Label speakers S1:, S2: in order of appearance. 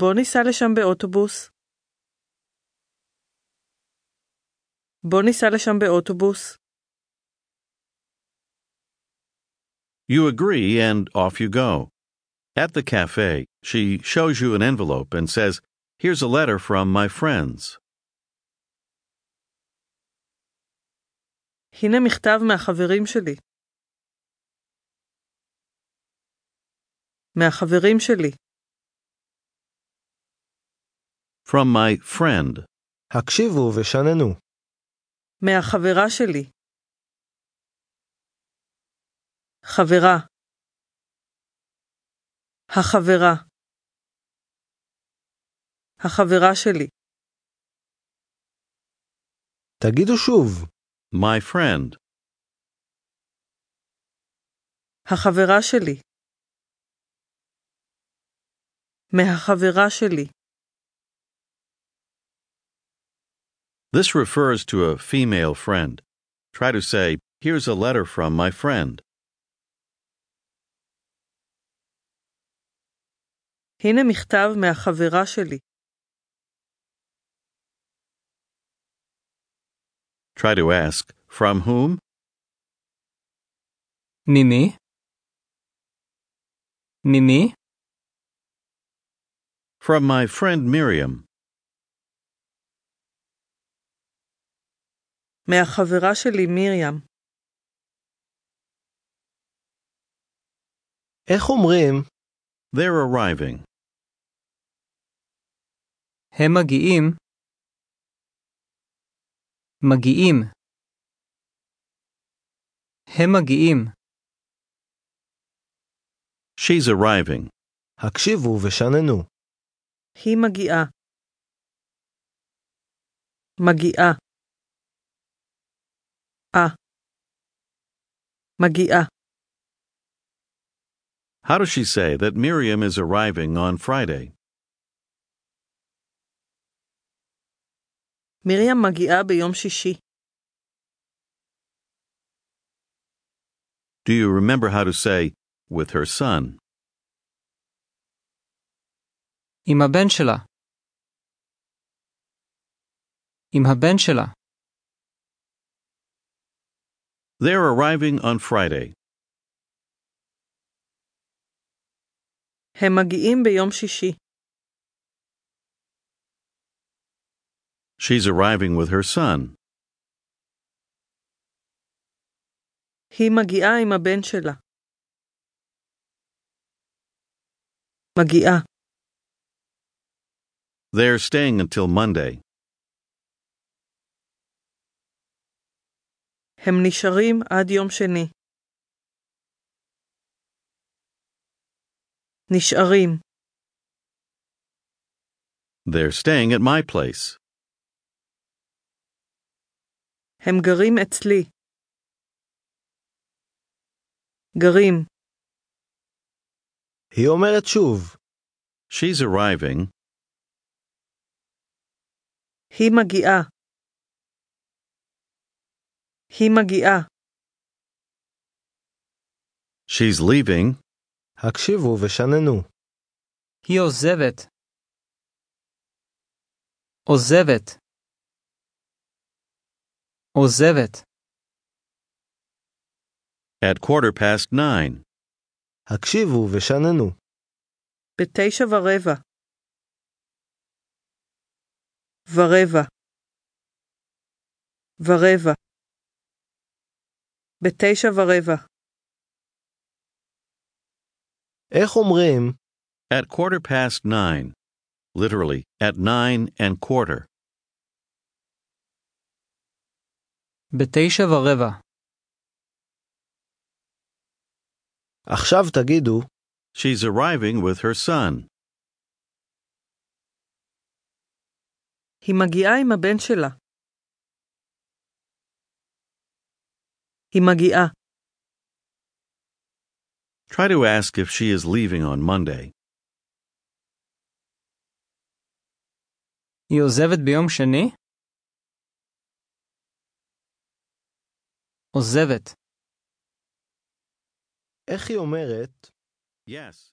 S1: בוא ניסע לשם באוטובוס. בוא ניסע לשם באוטובוס.
S2: You agree and off you go. At the cafe, she shows you an envelope and says, Here's a letter from my friends.
S1: הנה מכתב מהחברים שלי. מהחברים שלי,
S2: From my friend.
S3: הקשיבו ושננו.
S1: מהחברה שלי. חברה. החברה. החברה שלי,
S3: תגידו שוב.
S2: My friend.
S1: החברה שלי. מהחברה שלי.
S2: This refers to a female friend. Try to say, Here's a letter from my friend.
S1: הנה מכתב מהחברה שלי.
S2: Try to ask, From whom?
S4: ממי? ממי?
S2: From my friend Miriam.
S1: מהחברה שלי מרים.
S3: איך אומרים?
S2: They're arriving.
S4: הם מגיעים. מגיעים. הם מגיעים.
S2: She's arriving.
S3: הקשיבו ושננו.
S1: היא מגיעה. מגיעה. אה. מגיעה.
S2: How does she say that Miriam is arriving on Friday?
S1: מרים מגיעה ביום שישי.
S2: Do you remember how to say, with her son?
S4: עם הבן שלה. עם הבן שלה.
S2: They're arriving on Friday.
S1: הם מגיעים ביום שישי.
S2: She's arriving with her son.
S1: היא מגיעה עם הבן שלה. מגיעה.
S2: They're staying until Monday.
S1: הם נשארים עד יום שני. נשארים.
S2: They're staying at my place.
S1: הם גרים אצלי. גרים.
S3: היא אומרת שוב.
S2: She's arriving.
S1: היא מגיעה. היא מגיעה.
S2: She's leaving.
S3: הקשיבו ושננו.
S4: היא עוזבת. עוזבת. עוזבת.
S2: At quarter past nine.
S3: הקשיבו ושננו.
S1: בתשע ורבע. ורבע. ורבע. בתשע ורבע.
S3: איך אומרים?
S2: At quarter past nine. Literally, at nine and quarter.
S4: בתשע ורבע.
S3: עכשיו תגידו.
S2: She's arriving with her son.
S1: היא מגיעה עם הבן שלה. היא מגיעה.
S2: Try to ask if she is leaving on Monday.
S4: היא עוזבת ביום שני? עוזבת.
S3: איך היא אומרת?
S2: Yes.